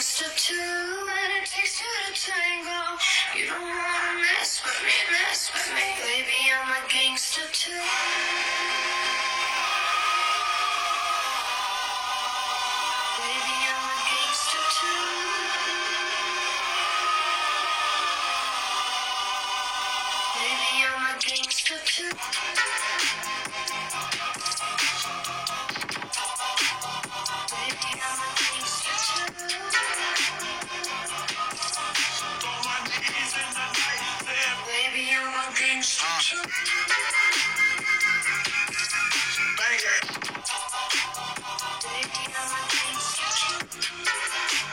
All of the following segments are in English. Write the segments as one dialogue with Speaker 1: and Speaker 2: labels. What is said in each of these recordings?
Speaker 1: step two, and it takes two to tango. You don't wanna mess with me, mess with me. Baby, I'm a gangster too. Baby, I'm a gangster too. Baby, I'm a gangster too. Baby, I'm a gangster too. Baby, I'm a gangster too. Banger. Baby, I'm a gangster too.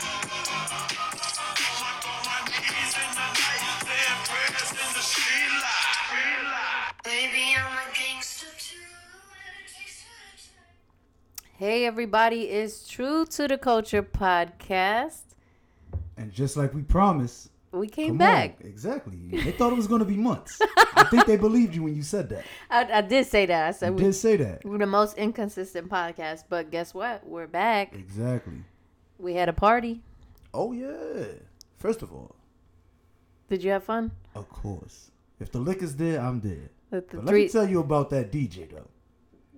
Speaker 1: Baby, I'm a gangster too. and it takes two to tango. Hey, everybody, it's True to the Culture podcast.
Speaker 2: And just like we promised,
Speaker 1: We came
Speaker 2: come on,
Speaker 1: back.
Speaker 2: exactly. They thought it was going to be months. I think they believed you when you said that.
Speaker 1: I, I did say that. I
Speaker 2: You
Speaker 1: said we,
Speaker 2: did say that.
Speaker 1: we're the most inconsistent podcast, but guess what? We're back.
Speaker 2: Exactly.
Speaker 1: We had a party.
Speaker 2: Oh yeah. First of all,
Speaker 1: Did you have fun?
Speaker 2: of course, if the liquor's there, I'm there.
Speaker 1: With the
Speaker 2: But let me
Speaker 1: three
Speaker 2: tell you about that DJ though.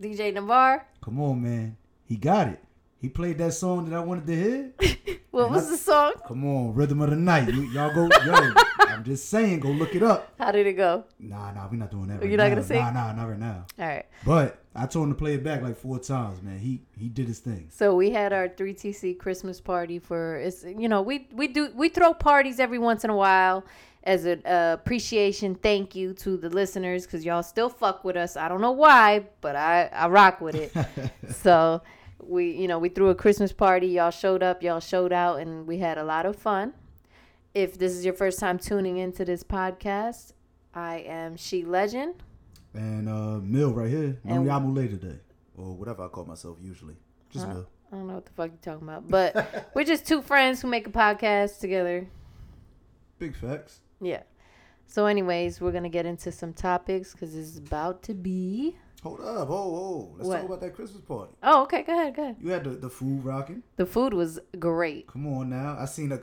Speaker 1: DJ Navar.
Speaker 2: Come on, man. He got it. He played that song that I wanted to hear.
Speaker 1: What
Speaker 2: And
Speaker 1: was
Speaker 2: I-
Speaker 1: the song?
Speaker 2: Come on, rhythm of the night. You, y'all go, yo. I'm just saying, go look it up.
Speaker 1: How did it go?
Speaker 2: Nah, nah, we're not doing that.
Speaker 1: You're not
Speaker 2: Right now.
Speaker 1: gonna sing?
Speaker 2: Nah, nah, not right now.
Speaker 1: All right.
Speaker 2: But I told him to play it back like four times, man. He he did his thing.
Speaker 1: So we had our 3TC Christmas party for it's you know we we do we throw parties every once in a while as an uh, appreciation thank you to the listeners cuz y'all still fuck with us. I don't know why, but I I rock with it. so we you know we threw a Christmas party, y'all showed up, y'all showed out and we had a lot of fun. If this is your first time tuning into this podcast, I am She Legend.
Speaker 2: and uh Mill right here.
Speaker 1: And-
Speaker 2: Yamu later today. Or whatever I call myself usually. Just Mill.
Speaker 1: I don't know what the fuck you're talking about, but we're just two friends who make a podcast together.
Speaker 2: Big facts.
Speaker 1: Yeah. So, anyways, we're gonna get into some topics because it's about to be.
Speaker 2: Hold up, oh, oh. Let's
Speaker 1: What?
Speaker 2: talk about that Christmas party.
Speaker 1: Oh, okay. Go ahead. Go ahead.
Speaker 2: You had the, the food rocking.
Speaker 1: The food was great.
Speaker 2: Come on now. I seen a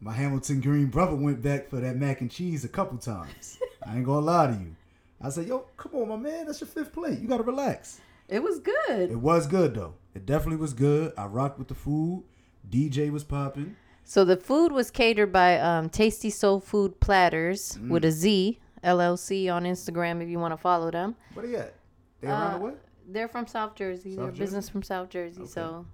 Speaker 2: my Hamilton Green brother went back for that mac and cheese a couple times. I ain't gonna lie to you. I said, yo, come on, my man, that's your fifth plate. You gotta relax.
Speaker 1: It was
Speaker 2: It
Speaker 1: good.
Speaker 2: was good though. It definitely was good. I rocked with the food. DJ was popping.
Speaker 1: So the food was catered by um, Tasty Soul Food Platters
Speaker 2: Mm.
Speaker 1: with a Z LLC on Instagram if you want to follow them.
Speaker 2: Where they at? They
Speaker 1: Uh,
Speaker 2: around the way?
Speaker 1: They're from South Jersey. They're
Speaker 2: South Jersey?
Speaker 1: business from South Jersey.
Speaker 2: Okay.
Speaker 1: So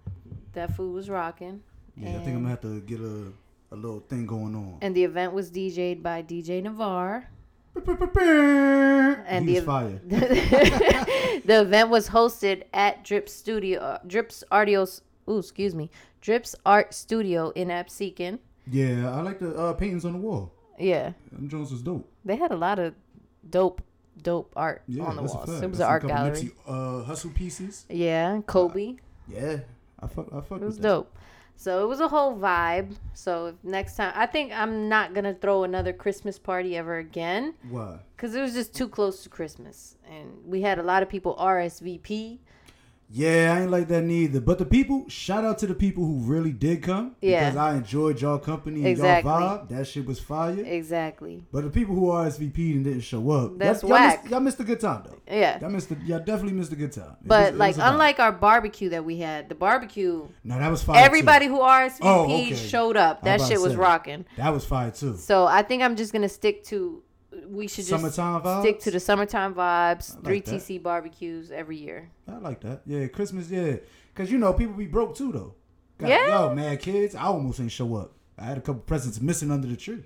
Speaker 1: that food was rocking.
Speaker 2: Yeah, I
Speaker 1: and,
Speaker 2: think I'm gonna have to get a a little thing going on.
Speaker 1: and the event was DJ'd by DJ Navarre.
Speaker 2: and
Speaker 1: And the
Speaker 2: he was fire.
Speaker 1: the event was hosted at Drip Studio, Drips Audio. Ooh, excuse me, Drips Art Studio in Absecon.
Speaker 2: Yeah, I like the uh, paintings on the wall.
Speaker 1: Yeah,
Speaker 2: Them Jones was dope.
Speaker 1: they had a lot of dope, dope art
Speaker 2: Yeah,
Speaker 1: on the
Speaker 2: that's
Speaker 1: walls.
Speaker 2: a fact.
Speaker 1: It was
Speaker 2: I
Speaker 1: an
Speaker 2: seen
Speaker 1: art
Speaker 2: a couple
Speaker 1: gallery.
Speaker 2: Nipsey, uh, hustle pieces.
Speaker 1: Yeah, Kobe.
Speaker 2: Yeah, I fuck, I fuck
Speaker 1: It was
Speaker 2: with that.
Speaker 1: dope. So it was a whole vibe. So if next time, I think I'm not gonna throw another Christmas party ever again.
Speaker 2: Why?
Speaker 1: Cause it was just too close to Christmas, and we had a lot of people RSVP.
Speaker 2: Yeah, I ain't like that neither. But the people, shout out to the people who really did come.
Speaker 1: Yeah.
Speaker 2: Because I enjoyed y'all company and
Speaker 1: Exactly.
Speaker 2: y'all vibe. That shit was fire.
Speaker 1: Exactly.
Speaker 2: But the people who RSVP'd and didn't show up,
Speaker 1: That's
Speaker 2: y'all, y'all
Speaker 1: whack.
Speaker 2: Missed, y'all missed a good time though.
Speaker 1: Yeah.
Speaker 2: Y'all missed. A, y'all definitely missed a good time. It was-
Speaker 1: But
Speaker 2: it
Speaker 1: like,
Speaker 2: was a vibe.
Speaker 1: unlike our barbecue that we had, the barbecue,
Speaker 2: no, that was fire. too.
Speaker 1: everybody who RSVP
Speaker 2: Oh, okay.
Speaker 1: showed up.
Speaker 2: I
Speaker 1: That
Speaker 2: about
Speaker 1: shit
Speaker 2: to
Speaker 1: was
Speaker 2: say.
Speaker 1: rocking.
Speaker 2: That was fire too.
Speaker 1: So I think I'm just gonna stick to. We should just
Speaker 2: Summertime
Speaker 1: stick
Speaker 2: vibes?
Speaker 1: to the summertime vibes.
Speaker 2: I
Speaker 1: Three
Speaker 2: like that.
Speaker 1: TC barbecues every year.
Speaker 2: I like that. Yeah, Christmas. Yeah, cause you know people be broke too though. Got,
Speaker 1: Yeah.
Speaker 2: Yo, mad kids. I almost ain't show up. I had a couple presents missing under the tree.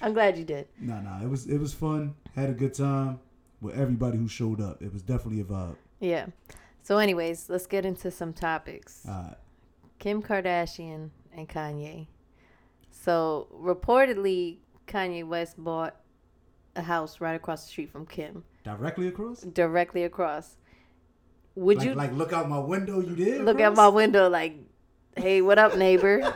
Speaker 1: I'm glad you did.
Speaker 2: nah, nah. It was it was fun. Had a good time with everybody who showed up. It was definitely a vibe.
Speaker 1: Yeah. So, anyways, let's get into some topics.
Speaker 2: Uh,
Speaker 1: Kim Kardashian and Kanye. So reportedly, Kanye West bought a house right across the street from Kim,
Speaker 2: directly across.
Speaker 1: directly across. Would
Speaker 2: Like
Speaker 1: you
Speaker 2: like look out my window. You did
Speaker 1: look at my
Speaker 2: across?
Speaker 1: window like, hey, what up, neighbor?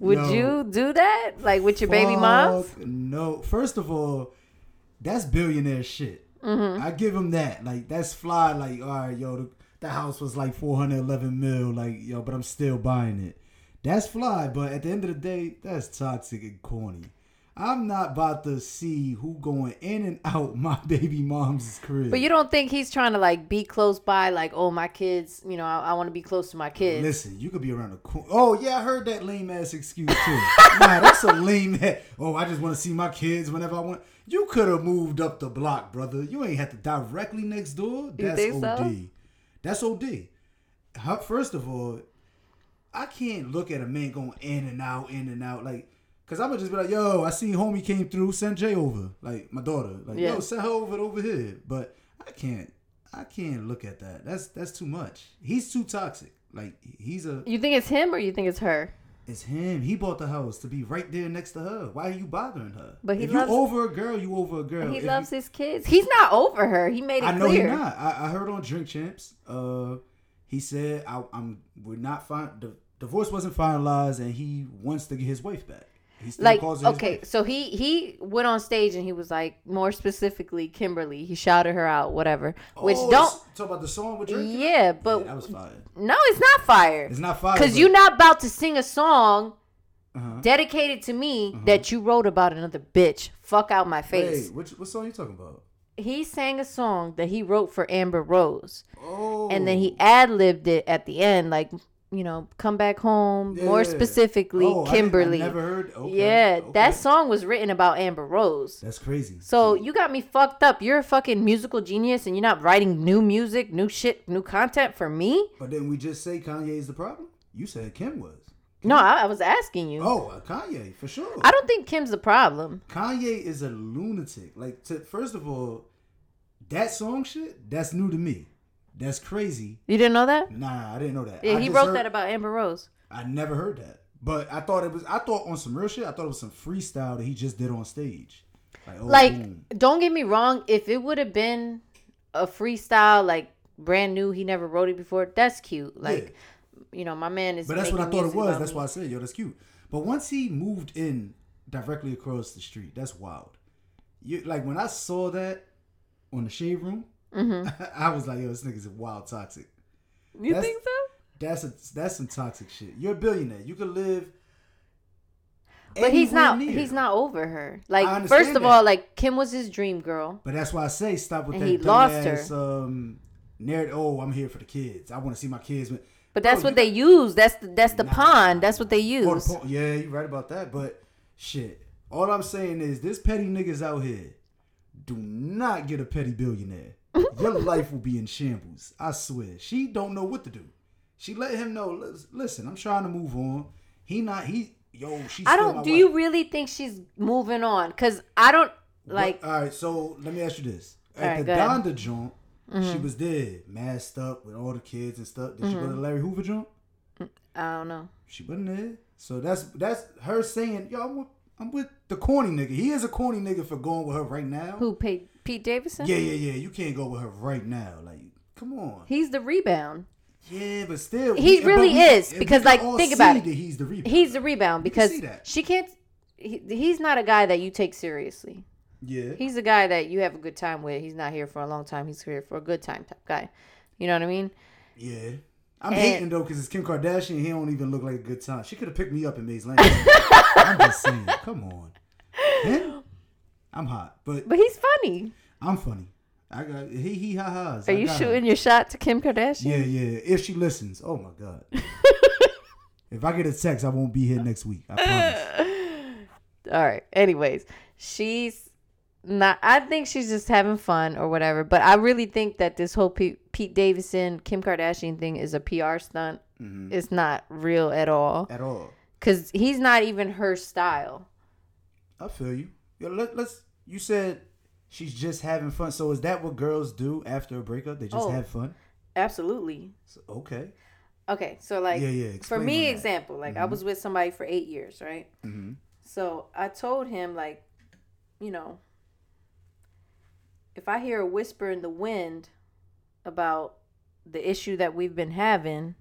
Speaker 1: Would
Speaker 2: No.
Speaker 1: you do that? Like with your baby moms?
Speaker 2: Fuck No. First of all,
Speaker 1: Mm-hmm.
Speaker 2: that's billionaire shit. I give him that. Like that's fly. Like all right, yo. The, the house was like 411 mil, like yo, but I'm still buying it. That's fly, but at the end of the day, that's toxic and corny. I'm not about to see who going in and out my baby mom's crib.
Speaker 1: But you don't think he's trying to like be close by, like, oh, my kids, you know, I, I want to be close to my kids.
Speaker 2: Listen, you could be around the corner. Oh yeah, I heard that lame ass excuse too. nah, that's a lame. Ass. Oh, I just want to see my kids whenever I want. You could have moved up the block, brother. You ain't have to directly next door. That's
Speaker 1: think so?
Speaker 2: OD. That's OD. How- First of all, I can't look at a man going in and out, in and out, like. Cause I'ma just be like, yo, I seen homie came through, send Jay over, like my daughter, like
Speaker 1: Yeah.
Speaker 2: yo, send her over over here. But I can't, I can't look at that. That's that's too much. He's too toxic. Like he's a,
Speaker 1: You think it's him or you think it's her?
Speaker 2: it's him. He bought the house to be right there next to her. Why are you bothering her?
Speaker 1: But he
Speaker 2: if
Speaker 1: loves-
Speaker 2: you over a girl, you over a girl.
Speaker 1: He
Speaker 2: If
Speaker 1: loves his kids. He's not over her. He made it
Speaker 2: you, I know
Speaker 1: clear.
Speaker 2: he not. I, I heard on Drink Champs, uh, he said I, I'm we're not fine. The divorce wasn't finalized, and he wants to get his wife back. He still
Speaker 1: like
Speaker 2: calls her his
Speaker 1: okay
Speaker 2: wife.
Speaker 1: so he he went on stage and he was like more specifically kimberly he shouted her out whatever which
Speaker 2: Oh,
Speaker 1: don't
Speaker 2: talk about the song with Drake.
Speaker 1: yeah but
Speaker 2: that was fire.
Speaker 1: no it's not fire
Speaker 2: It's not fire
Speaker 1: because
Speaker 2: but-
Speaker 1: you're not about to sing a song
Speaker 2: Uh-huh.
Speaker 1: dedicated to me that you wrote about another bitch fuck out my
Speaker 2: Mm-hmm. Wait,
Speaker 1: face
Speaker 2: which what song you talking about?
Speaker 1: he sang a song that he wrote for amber rose
Speaker 2: Oh,
Speaker 1: and then he ad-libbed it at the end like you know come back home more
Speaker 2: Yeah.
Speaker 1: specifically
Speaker 2: Oh, I didn't- I
Speaker 1: kimberly
Speaker 2: never heard. Okay,
Speaker 1: yeah
Speaker 2: okay.
Speaker 1: that song was written about amber rose
Speaker 2: that's crazy.
Speaker 1: So you got me fucked up. You're a fucking musical genius and you're not writing new music, new shit, new content for me?
Speaker 2: But then we just say Kanye is the problem. You said Kim was.
Speaker 1: No, I, I was asking you.
Speaker 2: Oh, uh, Kanye for sure.
Speaker 1: I don't think Kim's the problem.
Speaker 2: Kanye is a lunatic. Like, to, first of all, that song shit that's new to me. That's crazy.
Speaker 1: You didn't know that?
Speaker 2: Nah, I didn't know that.
Speaker 1: Yeah,
Speaker 2: I
Speaker 1: he
Speaker 2: just
Speaker 1: wrote
Speaker 2: heard-
Speaker 1: that about Amber Rose.
Speaker 2: I never heard that. But I thought it was. I thought on some real shit. I thought it was some freestyle that he just did on stage. Like, oh,
Speaker 1: Like,
Speaker 2: boom.
Speaker 1: don't get me wrong, if it would have been a freestyle, like brand new, he never wrote it before, that's cute. Like, you know, my man is.
Speaker 2: But that's what I
Speaker 1: making
Speaker 2: thought it
Speaker 1: music
Speaker 2: was.
Speaker 1: about
Speaker 2: That's
Speaker 1: me.
Speaker 2: why I said, yo, that's cute. But once he moved in directly across the street, that's wild. You like when I saw that on the shade room,
Speaker 1: Mm-hmm.
Speaker 2: I was like, yo, this nigga's wild toxic.
Speaker 1: You
Speaker 2: that's-
Speaker 1: think so?
Speaker 2: That's a, that's some toxic shit. You're a billionaire. You could live.
Speaker 1: But he's
Speaker 2: anywhere
Speaker 1: not.
Speaker 2: near.
Speaker 1: He's not over her.
Speaker 2: I
Speaker 1: Like,
Speaker 2: understand
Speaker 1: first of
Speaker 2: that.
Speaker 1: all, like Kim was his dream girl.
Speaker 2: But that's why I say stop with
Speaker 1: And
Speaker 2: that.
Speaker 1: he lost
Speaker 2: dumbass, Um, narrative. Oh, I'm here for the kids. I want to see my kids. But
Speaker 1: But that's
Speaker 2: Bro,
Speaker 1: what they use. That's the, that's the
Speaker 2: Oh, Nah.
Speaker 1: pond. That's what they
Speaker 2: Oh,
Speaker 1: use.
Speaker 2: the po- yeah, you're right about that. But shit, all I'm saying is this petty niggas out here do not get a petty billionaire. Your life will be in shambles. I swear. She don't know what to do. She let him know. "Lis- Listen, I'm trying to move on. He not he. Yo, she.
Speaker 1: I
Speaker 2: still
Speaker 1: don't.
Speaker 2: my
Speaker 1: Do
Speaker 2: wife.
Speaker 1: you really think she's moving on? Cause I don't like.
Speaker 2: All right, so let me ask you this:
Speaker 1: All
Speaker 2: at
Speaker 1: right,
Speaker 2: the
Speaker 1: go ahead. Mm-hmm.
Speaker 2: Donda joint, she was there, masked up with all the kids and stuff. Did she go to Larry Hoover joint?
Speaker 1: I don't know.
Speaker 2: She wasn't there. So that's that's her saying, yo, I'm with, I'm with the corny nigga. He is a corny nigga for going with her right now.
Speaker 1: Who paid Pete Davidson?
Speaker 2: Yeah, yeah, yeah. You can't go with her right now. Like, come on.
Speaker 1: He's the rebound.
Speaker 2: Yeah, but still,
Speaker 1: He
Speaker 2: but
Speaker 1: really is,
Speaker 2: and
Speaker 1: because,
Speaker 2: can
Speaker 1: like,
Speaker 2: all
Speaker 1: think about
Speaker 2: see
Speaker 1: it.
Speaker 2: That he's the rebound.
Speaker 1: He's the rebound
Speaker 2: You can
Speaker 1: because
Speaker 2: see that.
Speaker 1: she can't. He, he's not a guy that you take seriously.
Speaker 2: yeah.
Speaker 1: He's a guy that you have a good time with. He's not here for a long time. He's here for a good time type guy. You know what I mean?
Speaker 2: Yeah.
Speaker 1: And-
Speaker 2: I'm hating though because it's Kim Kardashian. He don't even look like a good time. She could have picked me up in Maze Lane. I'm just saying. Come on. Him? I'm hot, but
Speaker 1: But he's funny.
Speaker 2: I'm funny. I got he he ha ha's.
Speaker 1: Are you shooting your shot to Kim Kardashian?
Speaker 2: Yeah, yeah. If she listens, oh my god. if I get a text, I won't be here next week. I promise.
Speaker 1: all right anyways she's not i think she's just having fun or whatever but i really think that this whole pete, pete davidson kim kardashian thing is a pr stunt
Speaker 2: Mm-hmm.
Speaker 1: it's not real at all
Speaker 2: At all.
Speaker 1: because he's not even her style
Speaker 2: I feel you. Yo, let, let's. You said she's just having fun. So is that what girls do after a breakup? They just
Speaker 1: Oh.
Speaker 2: have fun.
Speaker 1: absolutely
Speaker 2: So- okay.
Speaker 1: okay so like
Speaker 2: Yeah, yeah,
Speaker 1: for
Speaker 2: explain
Speaker 1: me
Speaker 2: on that. Mm-hmm.
Speaker 1: example like i was with somebody for eight years right
Speaker 2: Mhm.
Speaker 1: so i told him like you know if i hear a whisper in the wind about the issue that we've been having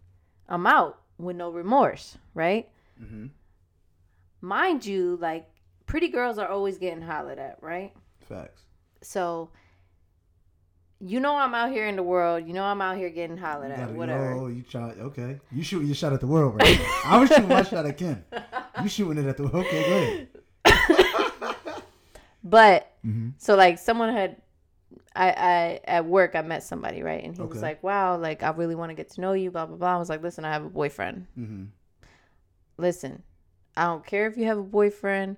Speaker 1: i'm out with no remorse right
Speaker 2: Mhm.
Speaker 1: mind you like pretty girls are always getting hollered at right
Speaker 2: Facts.
Speaker 1: so you know I'm out here in the world. You know I'm out here getting hollered
Speaker 2: You
Speaker 1: at,
Speaker 2: gotta-
Speaker 1: whatever.
Speaker 2: Oh, you try. Okay, you shooting your shot at the world right now. I was shooting my shot at Kim. You shooting it at the world. Okay, go ahead.
Speaker 1: But
Speaker 2: Mhm.
Speaker 1: so like someone had I, I at work I met somebody, right? And he
Speaker 2: Okay.
Speaker 1: was like, Wow, like I really want to get to know you, blah blah blah. I was like, Listen, I have a boyfriend.
Speaker 2: Mm-hmm.
Speaker 1: Listen, I don't care if you have a boyfriend.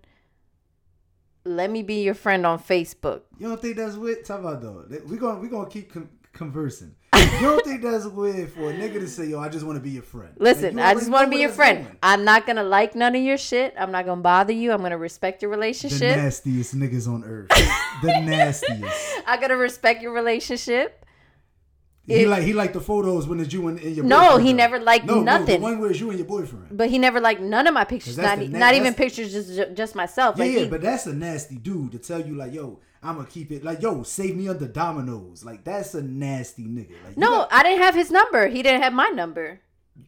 Speaker 1: Let me be your friend on Facebook.
Speaker 2: You don't think that's weird? Talk about though. We gonna we gonna keep con conversing. You don't think that's weird for a nigga to say, "Yo, I just want to be your friend." Like,
Speaker 1: Listen,
Speaker 2: you
Speaker 1: I
Speaker 2: already
Speaker 1: just
Speaker 2: know
Speaker 1: want to be
Speaker 2: where
Speaker 1: your
Speaker 2: that's
Speaker 1: friend.
Speaker 2: going.
Speaker 1: I'm not gonna like none of your shit. I'm not gonna bother you. I'm gonna respect your
Speaker 2: The
Speaker 1: relationship.
Speaker 2: nastiest niggas on earth. the nastiest.
Speaker 1: I gotta respect your relationship.
Speaker 2: He
Speaker 1: It-
Speaker 2: like he like the photos when it's you and, and your.
Speaker 1: No,
Speaker 2: boyfriend,
Speaker 1: he
Speaker 2: though.
Speaker 1: never liked
Speaker 2: no, No,
Speaker 1: nothing.
Speaker 2: the one where it's you and your boyfriend.
Speaker 1: But he never liked none of my pictures.
Speaker 2: 'Cause
Speaker 1: Not,
Speaker 2: that's the
Speaker 1: e-
Speaker 2: na-
Speaker 1: not even
Speaker 2: that's-
Speaker 1: pictures, just ju- just myself.
Speaker 2: Yeah,
Speaker 1: Like
Speaker 2: yeah,
Speaker 1: he,
Speaker 2: but that's a nasty dude to tell you like, yo, I'ma keep it like, yo, save me under dominoes. Like that's a nasty nigga. Like you
Speaker 1: no,
Speaker 2: got-
Speaker 1: I didn't have his number. He didn't have my number.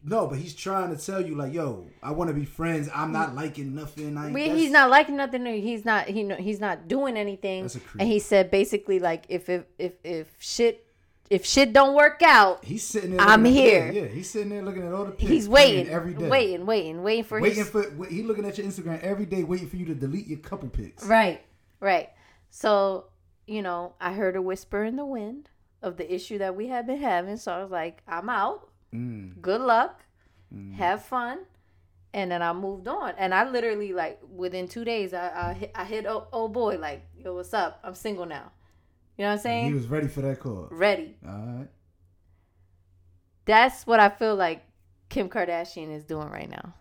Speaker 2: no, but he's trying to tell you like, yo, I want to be friends. I'm not liking nothing. I ain't,
Speaker 1: Mm. We,
Speaker 2: that's-
Speaker 1: he's not liking nothing. or He's not he no, he's not doing anything.
Speaker 2: That's a creep.
Speaker 1: And he said basically like if if if, if shit if shit don't work out,
Speaker 2: He's sitting there.
Speaker 1: I'm
Speaker 2: looking at-
Speaker 1: here.
Speaker 2: Yeah, yeah, he's sitting there looking at all the pics.
Speaker 1: he's
Speaker 2: coming
Speaker 1: waiting
Speaker 2: every day,
Speaker 1: waiting waiting waiting for
Speaker 2: waiting
Speaker 1: his
Speaker 2: for. wait- He looking at your Instagram every day, waiting for you to delete your couple pics.
Speaker 1: right right. So you know I heard a whisper in the wind of the issue that we had been having. So I was like, I'm out.
Speaker 2: Mm,
Speaker 1: Good luck.
Speaker 2: mm.
Speaker 1: have fun and then i moved on and i literally like within two days i i hit, I hit oh, oh boy like yo what's up i'm single now you know what i'm
Speaker 2: He
Speaker 1: saying
Speaker 2: was ready for that call.
Speaker 1: ready
Speaker 2: All right.
Speaker 1: that's what i feel like kim kardashian is doing right now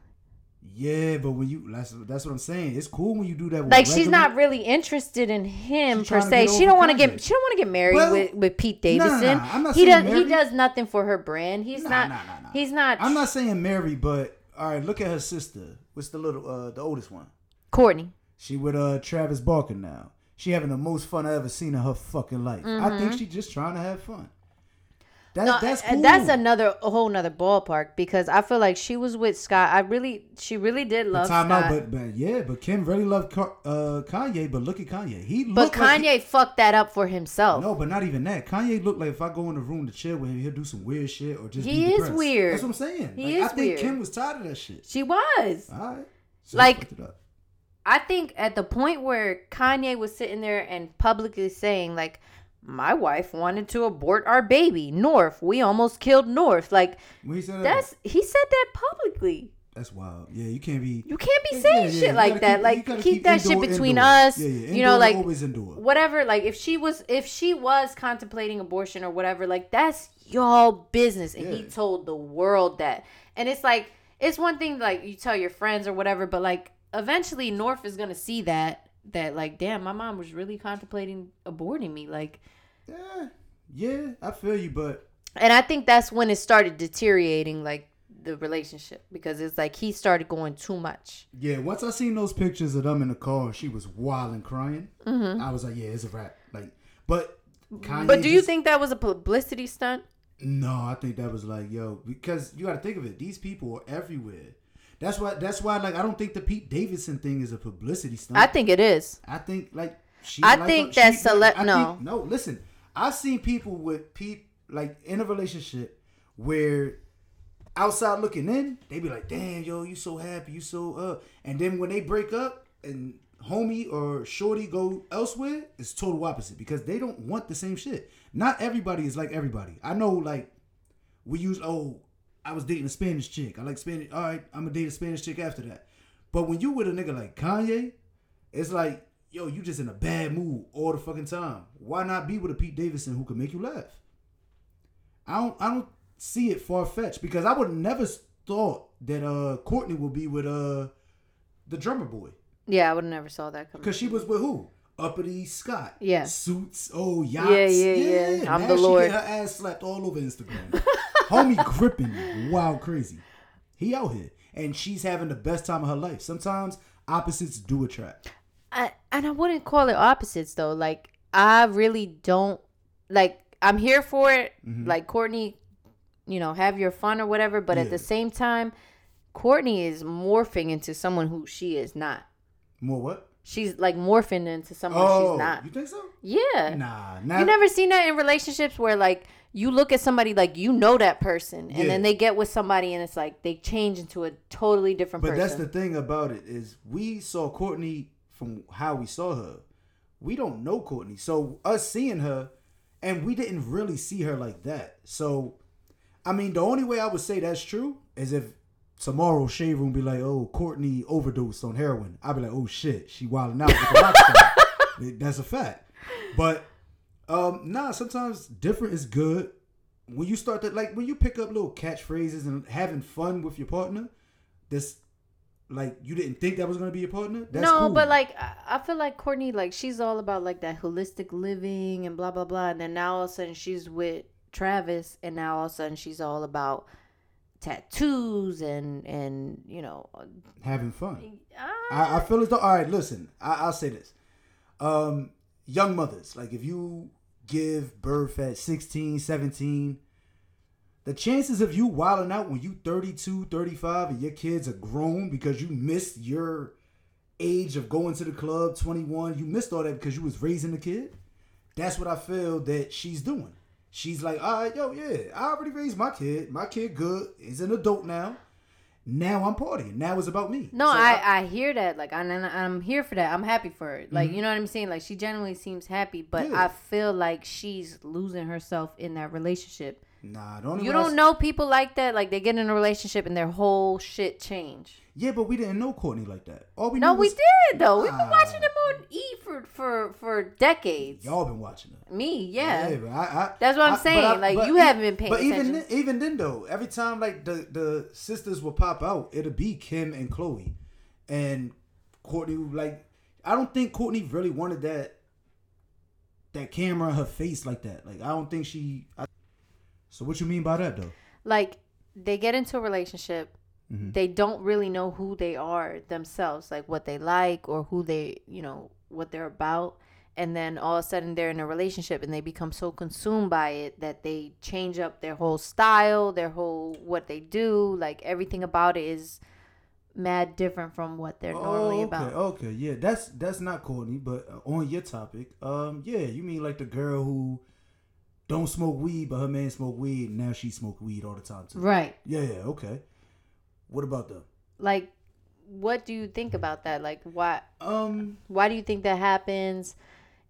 Speaker 2: Yeah, but when you that's that's what I'm saying. It's cool when you do that. With
Speaker 1: like she's
Speaker 2: regular-
Speaker 1: not really interested in him
Speaker 2: She's
Speaker 1: per
Speaker 2: trying to
Speaker 1: se
Speaker 2: get
Speaker 1: she don't
Speaker 2: over
Speaker 1: want to get
Speaker 2: Kanye.
Speaker 1: she don't want to get married
Speaker 2: Well,
Speaker 1: with with pete
Speaker 2: nah, nah,
Speaker 1: davidson
Speaker 2: nah, I'm not
Speaker 1: he does
Speaker 2: saying
Speaker 1: he
Speaker 2: married.
Speaker 1: does nothing for her brand he's
Speaker 2: Nah,
Speaker 1: not
Speaker 2: nah, nah, nah.
Speaker 1: he's not
Speaker 2: I'm not saying Mary, but all right. Look at her sister. What's the little uh the oldest one?
Speaker 1: courtney
Speaker 2: She with uh Travis Barker now. She having the most fun I ever seen in her fucking life. I think she just trying to have fun. That,
Speaker 1: Mm-hmm. No, that's
Speaker 2: that's cool.
Speaker 1: that's another a whole nother ballpark because I feel like she was with Scott. I really, she really did love
Speaker 2: time
Speaker 1: Scott,
Speaker 2: out,
Speaker 1: but,
Speaker 2: but, but yeah, but Kim really loved Ka- uh, Kanye. But look at Kanye. He looked like
Speaker 1: Kanye
Speaker 2: he-
Speaker 1: fucked that up for himself.
Speaker 2: no, but not even that. Kanye looked like if I go in the room to chill with him, he'll do some weird shit or just
Speaker 1: He is
Speaker 2: be depressed.
Speaker 1: weird.
Speaker 2: That's what I'm saying.
Speaker 1: He
Speaker 2: like, I
Speaker 1: is
Speaker 2: think
Speaker 1: weird.
Speaker 2: Kim was tired of that shit.
Speaker 1: She was.
Speaker 2: All right, so he
Speaker 1: Like-
Speaker 2: fucked it up.
Speaker 1: I think at the point where Kanye was sitting there and publicly saying like, "My wife wanted to abort our baby, North. We almost killed North." Like
Speaker 2: when he said that,
Speaker 1: that's he said that publicly.
Speaker 2: that's wild. Yeah, you can't be.
Speaker 1: You can't be
Speaker 2: Yeah,
Speaker 1: saying
Speaker 2: yeah,
Speaker 1: shit
Speaker 2: you
Speaker 1: like that.
Speaker 2: gotta keep- you
Speaker 1: like
Speaker 2: gotta
Speaker 1: keep, that shit
Speaker 2: indoor,
Speaker 1: between
Speaker 2: indoor.
Speaker 1: us.
Speaker 2: Yeah, yeah.
Speaker 1: you know,
Speaker 2: indoor,
Speaker 1: like
Speaker 2: always indoor.
Speaker 1: whatever like if she was if she was contemplating abortion or whatever like that's y'all business and he
Speaker 2: Yeah.
Speaker 1: told the world that and it's like it's one thing like you tell your friends or whatever but like eventually north is gonna see that that like damn my mom was really contemplating aborting me like
Speaker 2: Yeah, yeah, I feel you, but
Speaker 1: and i think that's when it started deteriorating like the relationship because it's like he started going too much
Speaker 2: yeah, once I seen those pictures of them in the car, she was wild and crying. I was like, yeah, it's a wrap. Like, but Kanye.
Speaker 1: Mm-hmm. but do you
Speaker 2: just-
Speaker 1: think that was a publicity stunt
Speaker 2: No, I think that was like, yo, because you got to think of it. These people are everywhere. That's why. That's why. Like, I don't think the Pete Davidson thing is a publicity stunt.
Speaker 1: i think it is
Speaker 2: I think like she.
Speaker 1: I
Speaker 2: like
Speaker 1: think
Speaker 2: she-
Speaker 1: that cele-
Speaker 2: I
Speaker 1: no.
Speaker 2: think- no. Listen, I've seen people with peep like in a relationship where outside looking in, they be like, "Damn, yo, you so happy, you so uh," and then when they break up and homie or shorty go elsewhere, it's total opposite because they don't want the same shit. Not everybody is like everybody. I know, like we use oh i was dating a spanish chick i like spanish all right i'm gonna date a spanish chick after that but when you with a nigga like kanye it's like yo you just in a bad mood all the fucking time why not be with a pete davidson who can make you laugh i don't i don't see it far-fetched because i would never s- thought that uh courtney would be with uh the drummer boy
Speaker 1: yeah i would have never saw that coming
Speaker 2: because she was with who uppity scott
Speaker 1: Yeah.
Speaker 2: suits oh yachts
Speaker 1: Yeah, yeah, yeah. I'm
Speaker 2: now
Speaker 1: the
Speaker 2: she
Speaker 1: Lord.
Speaker 2: get her ass slapped all over instagram homie gripping wild crazy he out here and she's having the best time of her life sometimes opposites do attract
Speaker 1: I, and I wouldn't call it opposites though. Like I really don't like I'm here for it.
Speaker 2: Mm-hmm.
Speaker 1: Like Courtney, you know, have your fun or whatever, but at
Speaker 2: Yeah.
Speaker 1: the same time, Courtney is morphing into someone who she is not.
Speaker 2: more what
Speaker 1: she's like morphing into someone she's not.
Speaker 2: Oh, you think so?
Speaker 1: Yeah.
Speaker 2: Nah, nah.
Speaker 1: You never seen that in relationships where like you look at somebody like you know that person and
Speaker 2: Yeah.
Speaker 1: then they get with somebody and it's like they change into a totally different
Speaker 2: But
Speaker 1: person.
Speaker 2: that's the thing about it is we saw Courtney from how we saw her. We don't know Courtney, so us seeing her, and we didn't really see her like that. So, I mean, the only way I would say that's true is if tomorrow Shade Room be like, "Oh, Courtney overdosed on heroin." I'd be like, "Oh shit, she wilding out." With the rock star." that's a fact. But um, nah, sometimes different is good. When you start to like when you pick up little catchphrases and having fun with your partner, this like you didn't think that was gonna be your partner. That's
Speaker 1: no,
Speaker 2: cool.
Speaker 1: but like I- I feel like Courtney, like she's all about like that holistic living and blah blah blah, and then now all of a sudden she's with Travis, and now all of a sudden she's all about tattoos and and you know, uh,
Speaker 2: having fun.
Speaker 1: ah,
Speaker 2: I, I feel as though. All right, listen. I, I'll say this: um, young mothers, like if you give birth at 16, 17, the chances of you wilding out when you 32, 35, and your kids are grown because you missed your age of going to the club, twenty one, you missed all that because you was raising the kid. That's what I feel that she's doing. She's like, all right, yo, yeah, I already raised my kid. My kid good is an adult now. Now I'm partying. Now it's about me.
Speaker 1: no,
Speaker 2: So
Speaker 1: I, I hear that. Like, and I, I'm here for that. I'm happy for it. Like, you know what I'm saying? Like, she genuinely seems happy, but
Speaker 2: Mm-hmm. Yeah.
Speaker 1: I feel like she's losing herself in that relationship.
Speaker 2: Nah, the only
Speaker 1: You
Speaker 2: one I
Speaker 1: don't
Speaker 2: s-
Speaker 1: know people like that. Like, they get in a relationship and their whole shit change.
Speaker 2: Yeah, but we didn't know Courtney like that. All we
Speaker 1: No,
Speaker 2: knew
Speaker 1: we
Speaker 2: was- Ah.
Speaker 1: did though. We've been
Speaker 2: Nah.
Speaker 1: watching them on E for for for decades.
Speaker 2: Y'all been watching her.
Speaker 1: Me, yeah.
Speaker 2: but I, I,
Speaker 1: That's what I'm
Speaker 2: I- but
Speaker 1: saying,
Speaker 2: I-
Speaker 1: like,
Speaker 2: but
Speaker 1: you
Speaker 2: e-
Speaker 1: haven't been paying
Speaker 2: But even then,
Speaker 1: attention.
Speaker 2: even then though, every time like the the sisters will pop out, it'll be Kim and Chloe, and Courtney. Like I don't think Courtney really wanted that that camera, in her face like that. Like I don't think she. I, so what you mean by that though? Mm-hmm.
Speaker 1: Like they get into a relationship, they don't really know who they are themselves, like what they like or who they, you know, what they're about. And then all of a sudden they're in a relationship and they become so consumed by it that they change up their whole style, their whole what they do, like everything about it is mad different from what they're normally
Speaker 2: Oh, okay,
Speaker 1: about.
Speaker 2: Okay, yeah, that's that's not Courtney, but uh, on your topic, um, yeah, you mean like the girl who don't smoke weed, but her man smoke weed, and now she smoke weed all the time too.
Speaker 1: Right.
Speaker 2: Yeah, yeah, okay. What about them?
Speaker 1: like what do you think about that like why
Speaker 2: Um,
Speaker 1: why do you think that happens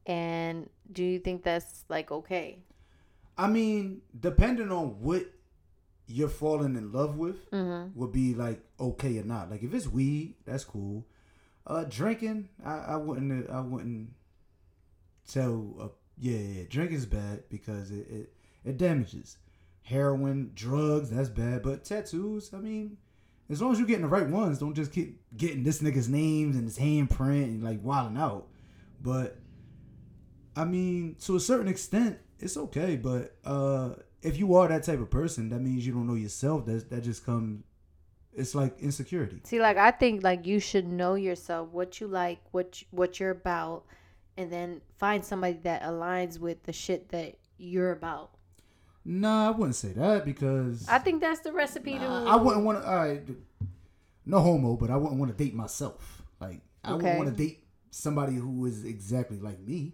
Speaker 1: and do you think that's like okay
Speaker 2: I mean, depending on what you're falling in love with,
Speaker 1: Mm-hmm.
Speaker 2: would be like okay or not. Like if it's weed, that's cool. Uh, drinking, I, I wouldn't, I wouldn't tell. Uh, yeah, yeah, drinking's bad because it, it it damages. Heroin, drugs, that's bad. But tattoos, I mean, as long as you're getting the right ones, don't just keep getting this nigga's names and his handprint and like wilding out. But I mean, to a certain extent, it's okay. But uh, if you are that type of person, that means you don't know yourself. That that just comes. It's like insecurity.
Speaker 1: see like i think like you should know yourself what you like what you, what you're about and then find somebody that aligns with the shit that you're about
Speaker 2: Nah, I wouldn't say that because
Speaker 1: i think that's the recipe to
Speaker 2: I, I wouldn't want to. All right, no homo, but I wouldn't want to date myself. Like I
Speaker 1: Okay.
Speaker 2: wouldn't want to date somebody who is exactly like me.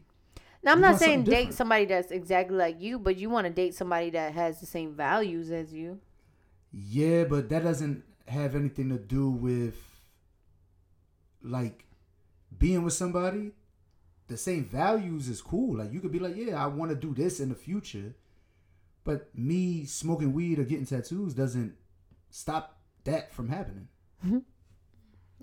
Speaker 1: now i'm
Speaker 2: you
Speaker 1: not
Speaker 2: want
Speaker 1: saying
Speaker 2: something
Speaker 1: date
Speaker 2: different.
Speaker 1: somebody that's exactly like you but you want to date somebody that has the same values as you
Speaker 2: Yeah, but that doesn't have anything to do with like being with somebody. The same values is cool. Like you could be like, yeah, I want to do this in the future, but me smoking weed or getting tattoos doesn't stop that from happening.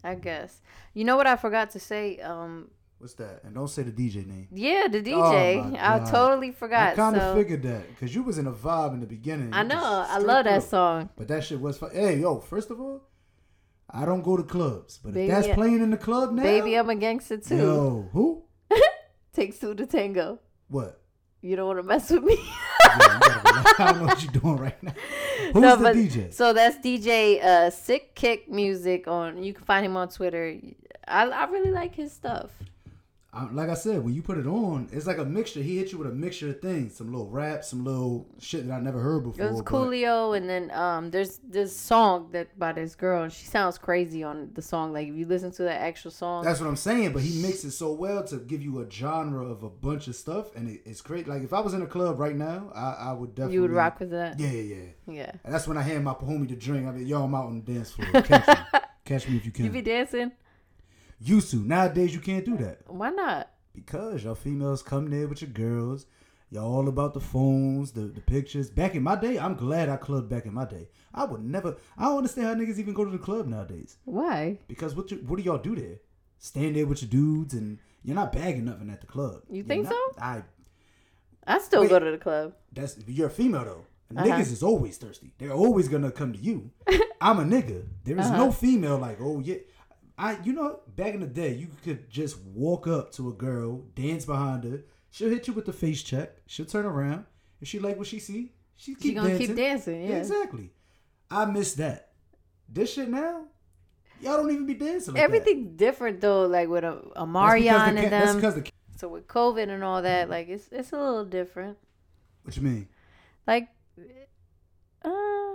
Speaker 1: i guess you know what i forgot to say um
Speaker 2: What's that? And don't say the DJ name.
Speaker 1: Yeah, the
Speaker 2: Oh,
Speaker 1: DJ.
Speaker 2: my
Speaker 1: I
Speaker 2: God.
Speaker 1: totally forgot.
Speaker 2: I kind of
Speaker 1: so
Speaker 2: figured that because you was in a vibe in the beginning.
Speaker 1: I
Speaker 2: You
Speaker 1: know.
Speaker 2: just
Speaker 1: I
Speaker 2: straight
Speaker 1: love that
Speaker 2: through.
Speaker 1: song.
Speaker 2: But that shit was fun. Hey, yo, first of all, I don't go to clubs, but
Speaker 1: Baby,
Speaker 2: if that's
Speaker 1: I-
Speaker 2: playing in the club now,
Speaker 1: Baby, I'm a gangster too.
Speaker 2: yo, who?
Speaker 1: Takes two to tango.
Speaker 2: What?
Speaker 1: You don't want to mess with me.
Speaker 2: Yeah, you gotta- I don't know what you're doing right now. Who's
Speaker 1: No,
Speaker 2: the
Speaker 1: but-
Speaker 2: DJ?
Speaker 1: So that's DJ uh, Sick Kick Music on. You can find him on Twitter. I, I really like his stuff.
Speaker 2: I, like I said, when you put it on, it's like a mixture. He hit you with a mixture of things, some little rap, some little shit that I never heard before.
Speaker 1: It was
Speaker 2: but-
Speaker 1: Coolio, and then um, there's this song that by this girl, and she sounds crazy on the song. Like if you listen to the actual song,
Speaker 2: That's what I'm saying, but he mixed it so well to give you a genre of a bunch of stuff, and it, it's great. Like if I was in a club right now, I, I would definitely
Speaker 1: you would rock with that.
Speaker 2: Yeah, yeah, yeah.
Speaker 1: Yeah,
Speaker 2: And that's when I hand my homie the drink. I mean, yo, I'm out on the dance floor. Catch me, catch me if you can.
Speaker 1: you be dancing.
Speaker 2: Used to nowadays you can't do that
Speaker 1: Why not?
Speaker 2: because y'all females come there with your girls. Y'all all about the phones, the, the pictures. Back in my day, I'm glad I clubbed back in my day. I would never. I don't understand how niggas even go to the club nowadays.
Speaker 1: Why?
Speaker 2: Because what you, what do y'all do there? Stand there with your dudes and you're not bagging nothing at the club.
Speaker 1: You
Speaker 2: You're
Speaker 1: think
Speaker 2: not-
Speaker 1: so?
Speaker 2: I
Speaker 1: I still
Speaker 2: Wait.
Speaker 1: go to the club.
Speaker 2: that's you're a female though.
Speaker 1: Uh-huh.
Speaker 2: Niggas is always thirsty. They're always gonna come to you. I'm a nigga. There is
Speaker 1: Uh-huh.
Speaker 2: no female like oh yeah. I you know back in the day you could just walk up to a girl, dance behind her. She'll hit you with the face check. She'll turn around. If she like what she see, she keep
Speaker 1: She gonna
Speaker 2: dancing.
Speaker 1: keep dancing. Yeah.
Speaker 2: Exactly. I miss that. This shit now, y'all don't even be dancing. Like that.
Speaker 1: Everything different though, like with a, a
Speaker 2: That's because
Speaker 1: Marion
Speaker 2: the
Speaker 1: and
Speaker 2: ca- That's Mm.
Speaker 1: them.
Speaker 2: because the. ca-
Speaker 1: So with COVID and all that, like it's it's a little different.
Speaker 2: What you mean?
Speaker 1: Like, uh,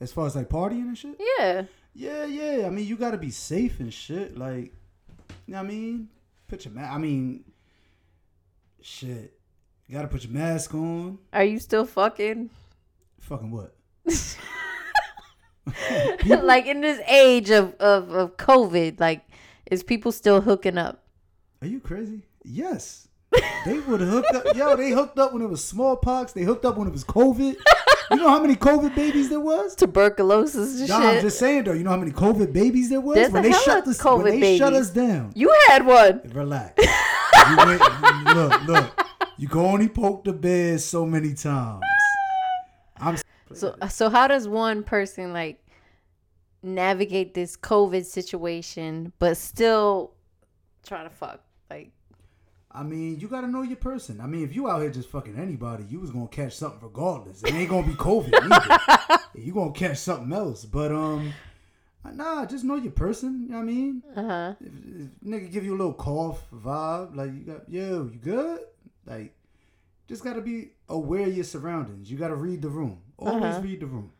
Speaker 2: As far as like partying and shit?
Speaker 1: yeah.
Speaker 2: Yeah, yeah. I mean, you gotta be safe and shit. Like, you know what I mean? Put your mask. I mean, shit. You gotta put your mask on.
Speaker 1: Are you still fucking?
Speaker 2: Fucking what?
Speaker 1: like in this age of, of of COVID, like is people still hooking up?
Speaker 2: Are you crazy? Yes. They would hook up. Yo, they hooked up when it was smallpox. They hooked up when it was COVID. You know how many COVID babies there was?
Speaker 1: Tuberculosis and
Speaker 2: Nah,
Speaker 1: shit.
Speaker 2: I'm just saying though. You know how many COVID babies there was
Speaker 1: There's
Speaker 2: when
Speaker 1: a
Speaker 2: they
Speaker 1: hella
Speaker 2: shut this, when
Speaker 1: COVID
Speaker 2: they shut
Speaker 1: babies.
Speaker 2: us down.
Speaker 1: you had one.
Speaker 2: Relax. you went, you- look, look. You can only poke the bear so many times. I'm s-
Speaker 1: So so how does one person like navigate this COVID situation but still try to fuck? Like
Speaker 2: I mean, you gotta know your person. I mean, if you out here just fucking anybody, you was gonna catch something regardless. It ain't gonna be COVID either. you gonna catch something else. But um nah, just know your person, you know what I mean?
Speaker 1: uh huh.
Speaker 2: If, if nigga give you a little cough vibe, like you got yo, you good? Like just gotta be aware of your surroundings. You gotta read the room. Always
Speaker 1: Uh-huh.
Speaker 2: read the room.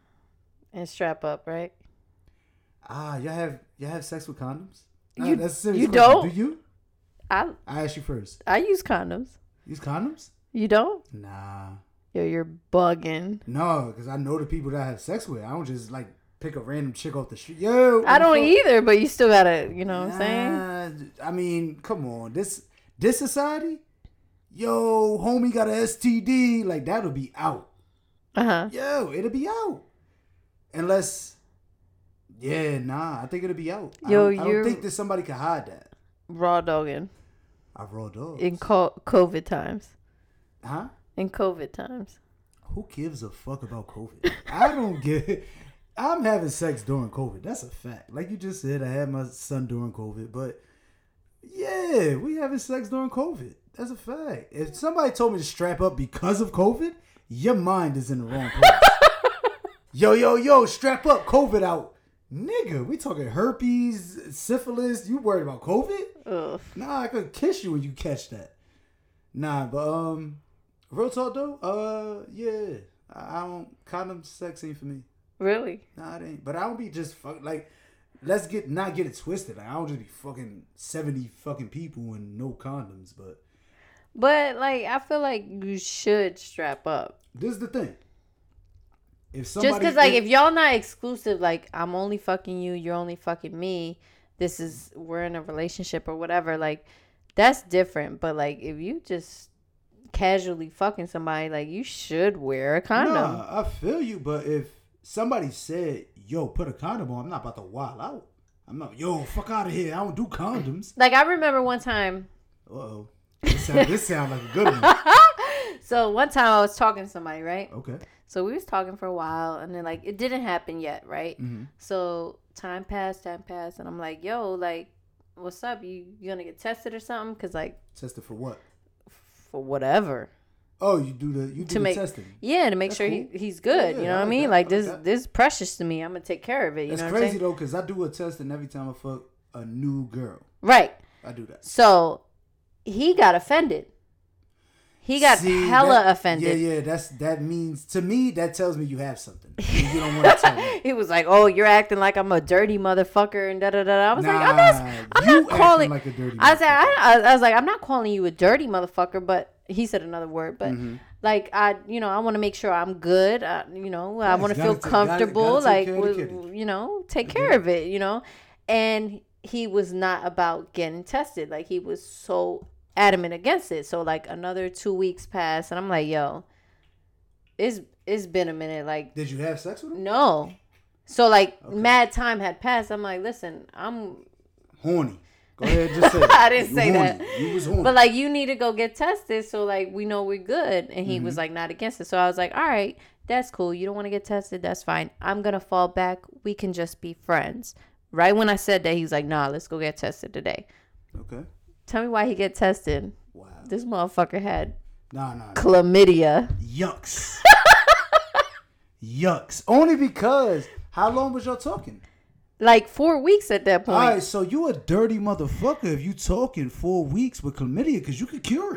Speaker 1: And strap up, right?
Speaker 2: Ah, y'all have y'all have sex with condoms?
Speaker 1: You-
Speaker 2: that's a serious
Speaker 1: you
Speaker 2: question.
Speaker 1: don't?
Speaker 2: Do you?
Speaker 1: I
Speaker 2: I asked you first.
Speaker 1: I use condoms.
Speaker 2: Use condoms?
Speaker 1: You don't?
Speaker 2: Nah,
Speaker 1: Yo, you're bugging.
Speaker 2: no, because I know the people that I have sex with. I don't just like pick a random chick off the street. Yo,
Speaker 1: I don't either, but you still gotta, you know what I'm saying?
Speaker 2: saying? I mean, come on, this this society. Yo, homie got a STD. Like that'll be out.
Speaker 1: Uh huh.
Speaker 2: Yo, it'll be out. Unless, yeah, nah, I think it'll be out. I
Speaker 1: Yo,
Speaker 2: don't, I don't
Speaker 1: you're-
Speaker 2: think that somebody can hide that.
Speaker 1: Raw dogging
Speaker 2: I rolled up.
Speaker 1: in co- COVID times.
Speaker 2: huh?
Speaker 1: In COVID times.
Speaker 2: Who gives a fuck about COVID? I don't get. I'm having sex during COVID. That's a fact. Like you just said, I had my son during COVID, but yeah, we having sex during COVID. That's a fact. If somebody told me to strap up because of COVID, your mind is in the wrong place. yo, yo, yo, strap up, COVID out. Nigga, we talking herpes, syphilis. You worried about COVID?
Speaker 1: Ugh.
Speaker 2: Nah, I could kiss you when you catch that. Nah, but um, real talk though, uh, yeah, I, I don't condom sex ain't for me.
Speaker 1: Really?
Speaker 2: Nah, it ain't. But I don't be just fuck like, let's get not get it twisted. Like, I don't just be fucking seventy fucking people and no condoms. But
Speaker 1: But like I feel like you should strap up.
Speaker 2: this is the thing. If somebody
Speaker 1: Just cause like if y'all not exclusive, like I'm only fucking you, you're only fucking me, this is we're in a relationship or whatever, like that's different. But like if you just casually fucking somebody, like you should wear a condom.
Speaker 2: Nah, I feel you, but if somebody said, "Yo, put a condom on," I'm not about to wild out. I'm not. Yo, fuck out of here. I don't do condoms.
Speaker 1: Like I remember one time
Speaker 2: Uh oh. This sound, this sound like a good one.
Speaker 1: So one time I was talking to somebody, right?
Speaker 2: Okay.
Speaker 1: So we was talking for a while, and then like it didn't happen yet, right?
Speaker 2: Mhm.
Speaker 1: So time passed, time passed, and I'm like, "Yo, like, what's up? You you gonna get tested or something? Cause like
Speaker 2: Tested for what?
Speaker 1: for whatever,
Speaker 2: Oh, you do the you do
Speaker 1: To
Speaker 2: the
Speaker 1: make-
Speaker 2: testing.
Speaker 1: yeah, to make
Speaker 2: That's
Speaker 1: sure
Speaker 2: cool.
Speaker 1: he, he's good.
Speaker 2: Yeah,
Speaker 1: you
Speaker 2: yeah,
Speaker 1: know what
Speaker 2: I
Speaker 1: I
Speaker 2: like
Speaker 1: mean?
Speaker 2: that,
Speaker 1: Like
Speaker 2: I like
Speaker 1: this
Speaker 2: that.
Speaker 1: this precious to me. I'm gonna take care of it. You
Speaker 2: It's
Speaker 1: know what I'm
Speaker 2: crazy
Speaker 1: saying?
Speaker 2: though, cause I do a testing every time I fuck a new girl.
Speaker 1: Right.
Speaker 2: I do that.
Speaker 1: So he got offended. He got
Speaker 2: See,
Speaker 1: hella
Speaker 2: that-
Speaker 1: offended.
Speaker 2: Yeah, yeah. That's that means to me that tells me you have something. You don't want to tell me.
Speaker 1: He was like, "Oh, you're acting like I'm a dirty motherfucker," and da da da. da. I was like, "I'm not, I'm
Speaker 2: you
Speaker 1: not
Speaker 2: acting
Speaker 1: calling."
Speaker 2: like a dirty.
Speaker 1: I was like,
Speaker 2: motherfucker.
Speaker 1: I, I, I was like, I'm not calling you a dirty motherfucker, but he said another word, but
Speaker 2: Mm-hmm.
Speaker 1: like I, you know, I want to make sure I'm good. I, you know, I
Speaker 2: Yes,
Speaker 1: want to
Speaker 2: gotta
Speaker 1: feel
Speaker 2: ta- gotta- gotta
Speaker 1: comfortable.
Speaker 2: take
Speaker 1: like,
Speaker 2: care of the
Speaker 1: w-
Speaker 2: kitty.
Speaker 1: w- you know, take care of it. You know, and he was not about getting tested. Like he was so adamant against it. So like another two weeks passed, and I'm like, yo, it's it's been a minute. Like
Speaker 2: Did you have sex with him?
Speaker 1: no. So like mad time had passed. I'm like, listen, I'm
Speaker 2: Horny. Go ahead, just say. it.
Speaker 1: I didn't
Speaker 2: You
Speaker 1: say
Speaker 2: horny.
Speaker 1: that.
Speaker 2: You was horny.
Speaker 1: But like you need to go get tested so like we know we're good. And he was
Speaker 2: Mm-hmm.
Speaker 1: like not against it. So I was like, All right, that's cool. You don't want to get tested, that's fine. I'm gonna fall back. We can just be friends. Right when I said that, he was like, Nah, let's go get tested today.
Speaker 2: okay.
Speaker 1: Tell me why he get tested.
Speaker 2: Wow.
Speaker 1: This motherfucker had
Speaker 2: Nah, nah. nah.
Speaker 1: chlamydia.
Speaker 2: Yucks. Yucks. Only because how long was y'all talking?
Speaker 1: Like four weeks at that
Speaker 2: All
Speaker 1: point.
Speaker 2: right, so you a dirty motherfucker if you talking four weeks with chlamydia because you could cure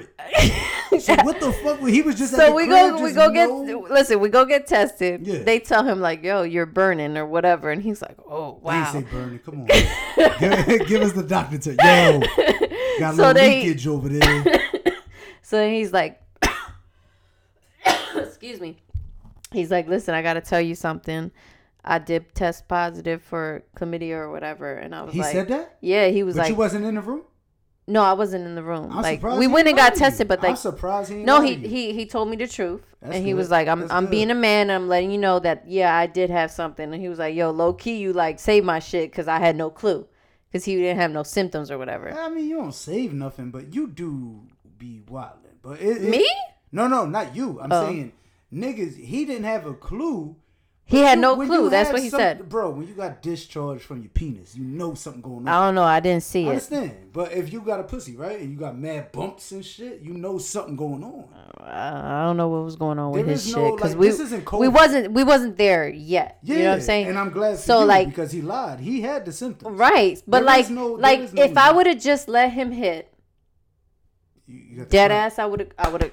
Speaker 2: it. so what the fuck? Well, He was just at
Speaker 1: so
Speaker 2: the
Speaker 1: we
Speaker 2: crib,
Speaker 1: go we
Speaker 2: just
Speaker 1: go get
Speaker 2: no-
Speaker 1: listen, we go get tested.
Speaker 2: Yeah.
Speaker 1: They tell him like, yo, you're burning or whatever, and he's like, Oh
Speaker 2: I
Speaker 1: wow.
Speaker 2: didn't say burn it. Come on, give, give us the doctor to yo. Got a
Speaker 1: So
Speaker 2: little
Speaker 1: they-
Speaker 2: leakage over there.
Speaker 1: So he's like, excuse me. He's like, listen, I got to tell you something. I did test positive for chlamydia or whatever. And I was
Speaker 2: He
Speaker 1: like,
Speaker 2: said that,
Speaker 1: yeah, he was
Speaker 2: but
Speaker 1: like,
Speaker 2: you wasn't in the room.
Speaker 1: no, I wasn't in the room.
Speaker 2: I'm
Speaker 1: like,
Speaker 2: surprised
Speaker 1: we
Speaker 2: he
Speaker 1: went and
Speaker 2: lied
Speaker 1: got
Speaker 2: to you.
Speaker 1: tested, but
Speaker 2: I'm
Speaker 1: like,
Speaker 2: surprised he. ain't
Speaker 1: no,
Speaker 2: lied
Speaker 1: he,
Speaker 2: to you.
Speaker 1: he he told me the truth,
Speaker 2: That's
Speaker 1: and he
Speaker 2: good.
Speaker 1: was like, "I'm
Speaker 2: That's
Speaker 1: I'm
Speaker 2: good.
Speaker 1: being a man, and I'm letting you know that yeah, I did have something." And he was like, "Yo, low key, you like saved my shit because I had no clue, because he didn't have no symptoms or whatever."
Speaker 2: I mean, you don't save nothing, but you do be wildin'. But it, it-
Speaker 1: Me?
Speaker 2: No, no, not you. I'm
Speaker 1: Oh.
Speaker 2: saying niggas. He didn't have a clue.
Speaker 1: He had no
Speaker 2: When
Speaker 1: clue.
Speaker 2: you
Speaker 1: That's
Speaker 2: have
Speaker 1: what he
Speaker 2: some-
Speaker 1: said.
Speaker 2: bro. When you got discharged from your penis, you know something going on.
Speaker 1: I don't know. I didn't see
Speaker 2: I
Speaker 1: it.
Speaker 2: understand, but if you got a pussy, right, and you got mad bumps and shit, you know something going on.
Speaker 1: I don't know what was going on with
Speaker 2: There
Speaker 1: his
Speaker 2: is
Speaker 1: shit
Speaker 2: no,
Speaker 1: 'cause
Speaker 2: like,
Speaker 1: we
Speaker 2: this isn't
Speaker 1: we
Speaker 2: COVID.
Speaker 1: wasn't we wasn't there yet.
Speaker 2: Yeah,
Speaker 1: you know what I'm saying?
Speaker 2: And I'm glad. For
Speaker 1: So,
Speaker 2: you,
Speaker 1: like-
Speaker 2: because he lied, he had the symptoms.
Speaker 1: right, but
Speaker 2: There
Speaker 1: like
Speaker 2: is no- there
Speaker 1: like
Speaker 2: is no
Speaker 1: if I
Speaker 2: need.
Speaker 1: would have just let him hit
Speaker 2: You, you got the
Speaker 1: dead
Speaker 2: symptoms.
Speaker 1: ass, I would have I would have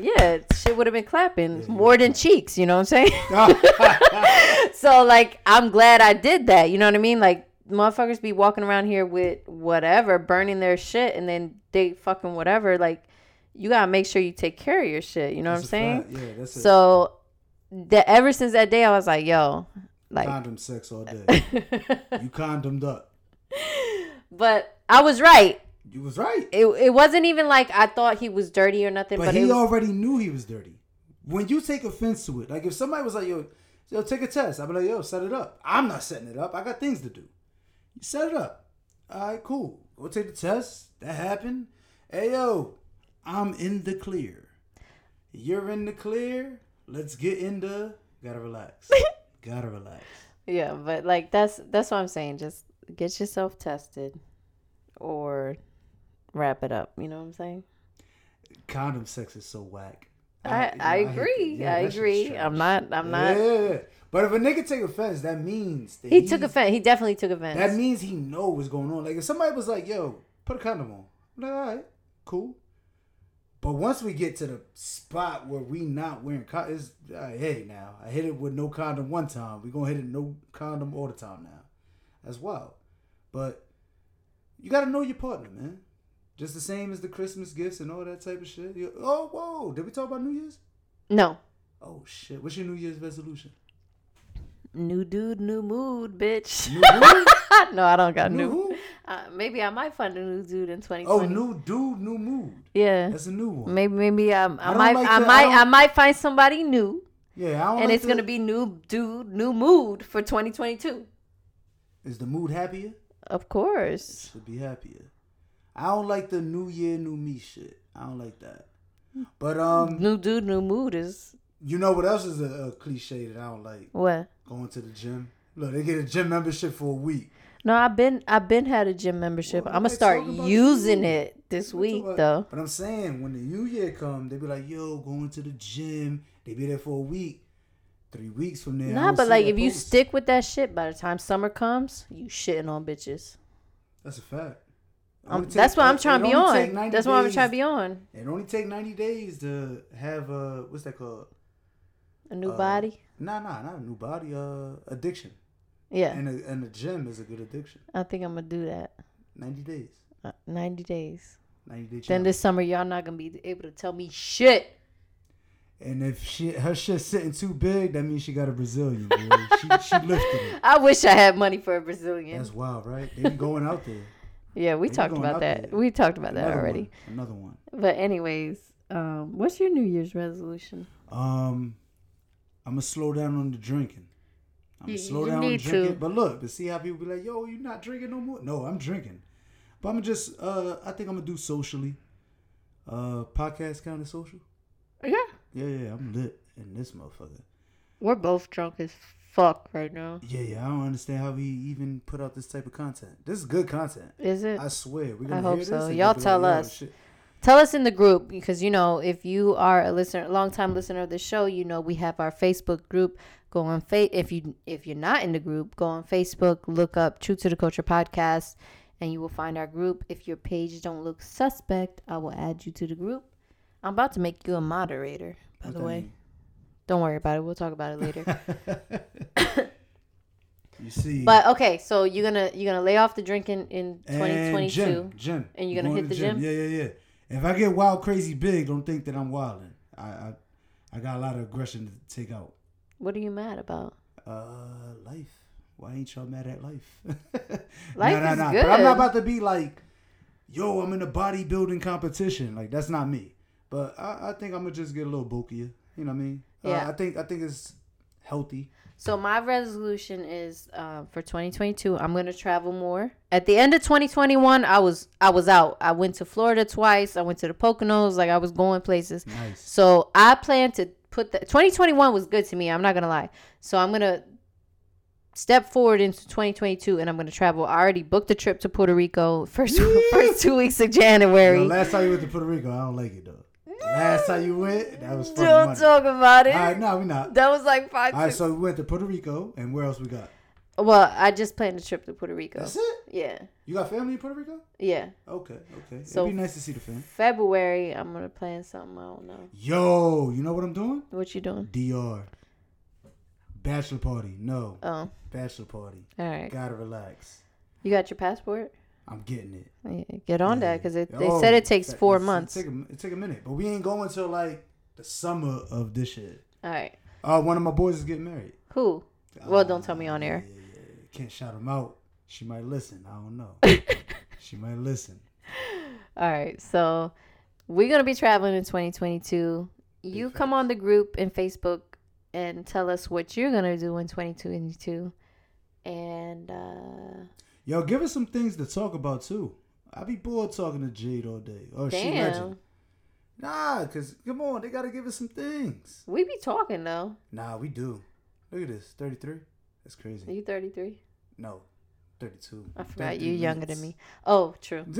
Speaker 1: yeah shit would have been clapping more than cheeks. You know what I'm saying? so like I'm glad I did that. You know what I mean? Like motherfuckers be walking around here with whatever, burning their shit and then they fucking whatever. Like you gotta make sure you take care of your shit. You know
Speaker 2: That's
Speaker 1: what I'm saying?
Speaker 2: a fact. Yeah, that's it.
Speaker 1: So that ever since that day I was like, yo, like
Speaker 2: condom sex all day. you condomed up.
Speaker 1: but I was right.
Speaker 2: You was right.
Speaker 1: It, it wasn't even like I thought he was dirty or nothing,
Speaker 2: But,
Speaker 1: but,
Speaker 2: he
Speaker 1: it was,
Speaker 2: already knew he was dirty. When you take offense to it, like if somebody was like, "Yo, yo, take a test," I'd be like, "Yo, set it up." I'm not setting it up. I got things to do. You set it up. All right, cool. Go take the test. That happened. Hey, yo, I'm in the clear. You're in the clear. Let's get into. Gotta relax. gotta relax.
Speaker 1: yeah, but like that's that's what I'm saying. Just get yourself tested or wrap it up. You know what I'm saying?
Speaker 2: Condom sex is so whack.
Speaker 1: I,
Speaker 2: you know,
Speaker 1: I
Speaker 2: hate
Speaker 1: agree.
Speaker 2: that. Yeah,
Speaker 1: I
Speaker 2: that shit's
Speaker 1: agree.
Speaker 2: trash.
Speaker 1: I'm not I'm not
Speaker 2: Yeah. But if a nigga take offense, that means that
Speaker 1: he took
Speaker 2: he's-
Speaker 1: offense. He definitely took offense.
Speaker 2: That means he know what's going on. Like if somebody was like, "Yo, put a condom on," I'm like, "All right, cool." But once we get to the spot where we not wearing condom, it's all right, hey now. I hit it with no condom one time. We gonna hit it no condom all the time now. That's wild. But you gotta know your partner, man. Just the same as the Christmas gifts and all that type of shit. You- oh whoa, did we talk about New Year's?
Speaker 1: no.
Speaker 2: Oh shit, what's your New Year's resolution?
Speaker 1: New dude, new mood, bitch.
Speaker 2: New who?
Speaker 1: no, I don't got
Speaker 2: new
Speaker 1: new.
Speaker 2: who?
Speaker 1: Uh, maybe I might find a new dude in 2020.
Speaker 2: Oh, new dude, new mood.
Speaker 1: Yeah.
Speaker 2: That's a new one.
Speaker 1: Maybe maybe um,
Speaker 2: I
Speaker 1: I,
Speaker 2: don't
Speaker 1: might
Speaker 2: like
Speaker 1: I
Speaker 2: the- I
Speaker 1: might I,
Speaker 2: don't-
Speaker 1: might find somebody new,
Speaker 2: Yeah, I don't
Speaker 1: and
Speaker 2: like
Speaker 1: it's
Speaker 2: the-
Speaker 1: gonna be new dude, new mood for 2022.
Speaker 2: Is the mood happier?
Speaker 1: Of course,
Speaker 2: Should be happier. I don't like the new year, new me shit. I don't like that. But um,
Speaker 1: new dude, new mood is
Speaker 2: you know what else is a, a cliche that I don't like?
Speaker 1: what?
Speaker 2: Going to the gym. Look, they get a gym membership for a week.
Speaker 1: No, I've been I've been had a gym membership.
Speaker 2: Well,
Speaker 1: I'm gonna
Speaker 2: they
Speaker 1: start
Speaker 2: talking about
Speaker 1: using
Speaker 2: you.
Speaker 1: it this
Speaker 2: What the
Speaker 1: week
Speaker 2: fuck?
Speaker 1: though.
Speaker 2: But I'm saying when the new year come, they be like, "Yo, going to the gym." They be there for a week. Three weeks from there. I
Speaker 1: Nah,
Speaker 2: don't
Speaker 1: but
Speaker 2: see
Speaker 1: like
Speaker 2: that
Speaker 1: if you
Speaker 2: post.
Speaker 1: stick with that shit, by the time summer comes, you shitting on bitches.
Speaker 2: that's a fact.
Speaker 1: Um,
Speaker 2: Only take-
Speaker 1: that's what I'm
Speaker 2: it-
Speaker 1: trying
Speaker 2: it
Speaker 1: to be
Speaker 2: only take
Speaker 1: on.
Speaker 2: 90
Speaker 1: That's what I'm
Speaker 2: days-
Speaker 1: trying to be on.
Speaker 2: It only take ninety days to have a what's that called?
Speaker 1: A new
Speaker 2: Uh,
Speaker 1: body.
Speaker 2: Nah, nah, not a new body. Uh, addiction.
Speaker 1: Yeah,
Speaker 2: And a, and a gym is a good addiction.
Speaker 1: I think I'm gonna do that.
Speaker 2: Ninety days.
Speaker 1: Uh, 90 days.
Speaker 2: Ninety days.
Speaker 1: Then this summer, y'all not gonna be able to tell me shit.
Speaker 2: and if she her shit's sitting too big, that means she got a Brazilian. Boy. she she lifted it.
Speaker 1: I wish I had money for a Brazilian.
Speaker 2: That's wild, right? They be going out there.
Speaker 1: yeah, we
Speaker 2: we
Speaker 1: talked
Speaker 2: going
Speaker 1: about
Speaker 2: out
Speaker 1: that.
Speaker 2: there.
Speaker 1: We talked about that
Speaker 2: Another
Speaker 1: already.
Speaker 2: One, another one.
Speaker 1: But anyways, um, what's your New Year's resolution?
Speaker 2: Um, I'm gonna slow down on the drinking. I'm
Speaker 1: You-
Speaker 2: gonna slow
Speaker 1: you
Speaker 2: down on
Speaker 1: need
Speaker 2: drinking.
Speaker 1: to.
Speaker 2: But look, but see how people be like, "Yo, you not drinking no more?" No, I'm drinking. But I'm just. Uh, I think I'm gonna do socially. Uh, podcast kind of social.
Speaker 1: Yeah,
Speaker 2: Yeah, yeah, I'm lit in this motherfucker.
Speaker 1: we're both drunk as fuck right now.
Speaker 2: Yeah, yeah, I don't understand how we even put out this type of content. This is good content.
Speaker 1: Is it?
Speaker 2: I swear, we're gonna
Speaker 1: hope
Speaker 2: hear
Speaker 1: so.
Speaker 2: this. and
Speaker 1: Y'all
Speaker 2: be like,
Speaker 1: tell
Speaker 2: "Yo,
Speaker 1: us."
Speaker 2: shit."
Speaker 1: Tell us in the group because you know if you are a listener, longtime listener of the show, you know we have our Facebook group. Go on fa- if you if you're not in the group, go on Facebook, look up True to the Culture podcast, and you will find our group. If your page don't look suspect, I will add you to the group. I'm about to make you a moderator, by
Speaker 2: What
Speaker 1: the
Speaker 2: that
Speaker 1: way.
Speaker 2: mean?
Speaker 1: Don't worry about it. We'll talk about it later.
Speaker 2: you see,
Speaker 1: But okay, so you're gonna you're gonna lay off the drinking in
Speaker 2: And
Speaker 1: 2022.
Speaker 2: Gym, gym.
Speaker 1: And you're gonna
Speaker 2: Going
Speaker 1: hit
Speaker 2: to
Speaker 1: the gym?
Speaker 2: Yeah, yeah, yeah. If I get wild, crazy big, don't think that I'm wilding. I, I, I got a lot of aggression to take out.
Speaker 1: What are you mad about?
Speaker 2: Uh, life. Why ain't y'all mad at life? life
Speaker 1: Life is
Speaker 2: But I'm
Speaker 1: good.
Speaker 2: not about to be like, yo, I'm in a bodybuilding competition. Like that's not me. But I, I think I'm gonna just get a little bulkier. You know what I mean?
Speaker 1: Yeah.
Speaker 2: Uh, I think I think it's healthy.
Speaker 1: So my resolution is uh, for 2022. I'm gonna travel more. At the end of 2021, I was I was out. I went to Florida twice. I went to the Poconos. Like I was going places.
Speaker 2: Nice.
Speaker 1: So I plan to put the 2021 was good to me. I'm not gonna lie. So I'm gonna step forward into 2022, and I'm gonna travel. I already booked the trip to Puerto Rico first first two weeks of
Speaker 2: You
Speaker 1: January.
Speaker 2: know, last time you went to Puerto Rico, I don't like it though. Last time you went, that was fucking
Speaker 1: Don't
Speaker 2: money.
Speaker 1: talk about it.
Speaker 2: All right, no, we not.
Speaker 1: That was like five.
Speaker 2: All right,
Speaker 1: six-
Speaker 2: so we went to Puerto Rico, and where else we got?
Speaker 1: well, I just planned a trip to Puerto Rico.
Speaker 2: That's it.
Speaker 1: Yeah,
Speaker 2: You got family in Puerto Rico?
Speaker 1: yeah.
Speaker 2: Okay, okay.
Speaker 1: So-
Speaker 2: It'd be nice to see the fam.
Speaker 1: February, I'm gonna plan something. I don't know
Speaker 2: Yo, you know what I'm doing?
Speaker 1: what you doing.
Speaker 2: Dr. Bachelor party. No,
Speaker 1: Oh,
Speaker 2: bachelor party.
Speaker 1: all right.
Speaker 2: Gotta relax.
Speaker 1: You got your passport?
Speaker 2: I'm getting it.
Speaker 1: Yeah, Uh, get on that because they
Speaker 2: Oh,
Speaker 1: said it takes
Speaker 2: it's-
Speaker 1: four
Speaker 2: it's-
Speaker 1: months.
Speaker 2: It take, a, it take a minute, but we ain't going till like the summer of this shit.
Speaker 1: all right.
Speaker 2: Uh, one of my boys is getting married.
Speaker 1: Who? Well, don't tell me on air.
Speaker 2: Yeah, yeah, yeah. Can't shout him out. She might listen. I don't know. she might listen. Ah.
Speaker 1: All right, so we're gonna be traveling in 2022. You
Speaker 2: Big
Speaker 1: come on the group in Facebook and tell us what you're gonna do in 2022, and uh,
Speaker 2: Yo, give us some things to talk about too. I be bored talking to Jade all day. Oh, she
Speaker 1: damn,
Speaker 2: legend. Nah, cause come on, they gotta give us some things.
Speaker 1: we be talking though.
Speaker 2: Nah, we do. Look at this, thirty three. That's
Speaker 1: Are
Speaker 2: crazy.
Speaker 1: you 33?
Speaker 2: No, thirty two.
Speaker 1: I forgot you younger than me. Oh, true.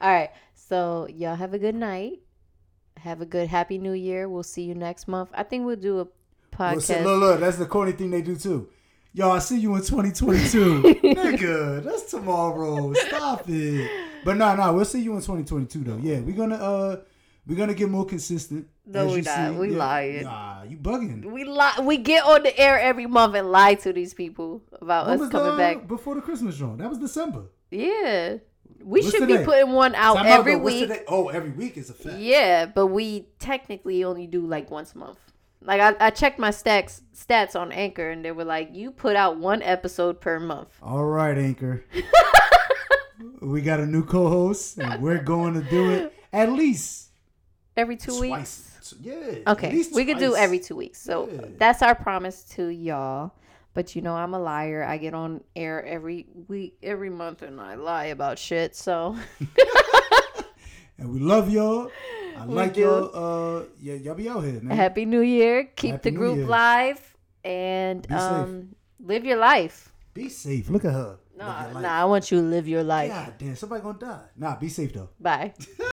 Speaker 1: All right. So y'all have a good night. Have a good happy new year. We'll see you next month. I think we'll do a
Speaker 2: Well, see,
Speaker 1: podcast.
Speaker 2: look, look, that's the corny thing they do too. Yo, I see you in 2022. Nigga, that's tomorrow. Stop it. But nah, nah, we'll see you in 2022 though. Yeah, we're gonna uh we're gonna get more consistent.
Speaker 1: No,
Speaker 2: as
Speaker 1: we
Speaker 2: you
Speaker 1: not. We lying.
Speaker 2: Nah, you bugging.
Speaker 1: we lie. We get on the air every month and lie to these people about
Speaker 2: When
Speaker 1: us
Speaker 2: was
Speaker 1: coming
Speaker 2: the-
Speaker 1: back.
Speaker 2: before the Christmas drone. That was December.
Speaker 1: Yeah, we
Speaker 2: What's
Speaker 1: should be
Speaker 2: today?
Speaker 1: putting one out
Speaker 2: Time out,
Speaker 1: every
Speaker 2: though. What's
Speaker 1: week.
Speaker 2: today? Oh, every week is a fact.
Speaker 1: Yeah, but we technically only do like once a month. Like I, I checked my stats stats on Anchor and they were like, you put out one episode per month.
Speaker 2: All right, Anchor. we got a new co-host, and we're going to do it at least
Speaker 1: Every two weeks.
Speaker 2: twice. Yeah.
Speaker 1: Okay,
Speaker 2: at least
Speaker 1: we could do
Speaker 2: twice.
Speaker 1: every two weeks. So
Speaker 2: Yeah.
Speaker 1: that's our promise to y'all. But you know, I'm a liar. I get on air every week, every month, and I lie about shit. So
Speaker 2: And we love y'all. I like
Speaker 1: do.
Speaker 2: y'all. Uh, yeah, y'all be out here, man.
Speaker 1: happy New Year. Keep the
Speaker 2: Happy New
Speaker 1: group
Speaker 2: Year.
Speaker 1: live and
Speaker 2: safe.
Speaker 1: um, live your life.
Speaker 2: be safe. Look at her.
Speaker 1: No,
Speaker 2: Live your
Speaker 1: nah,
Speaker 2: life.
Speaker 1: nah, I want you to live your life.
Speaker 2: God damn, somebody gonna die. Nah, be safe though.
Speaker 1: Bye.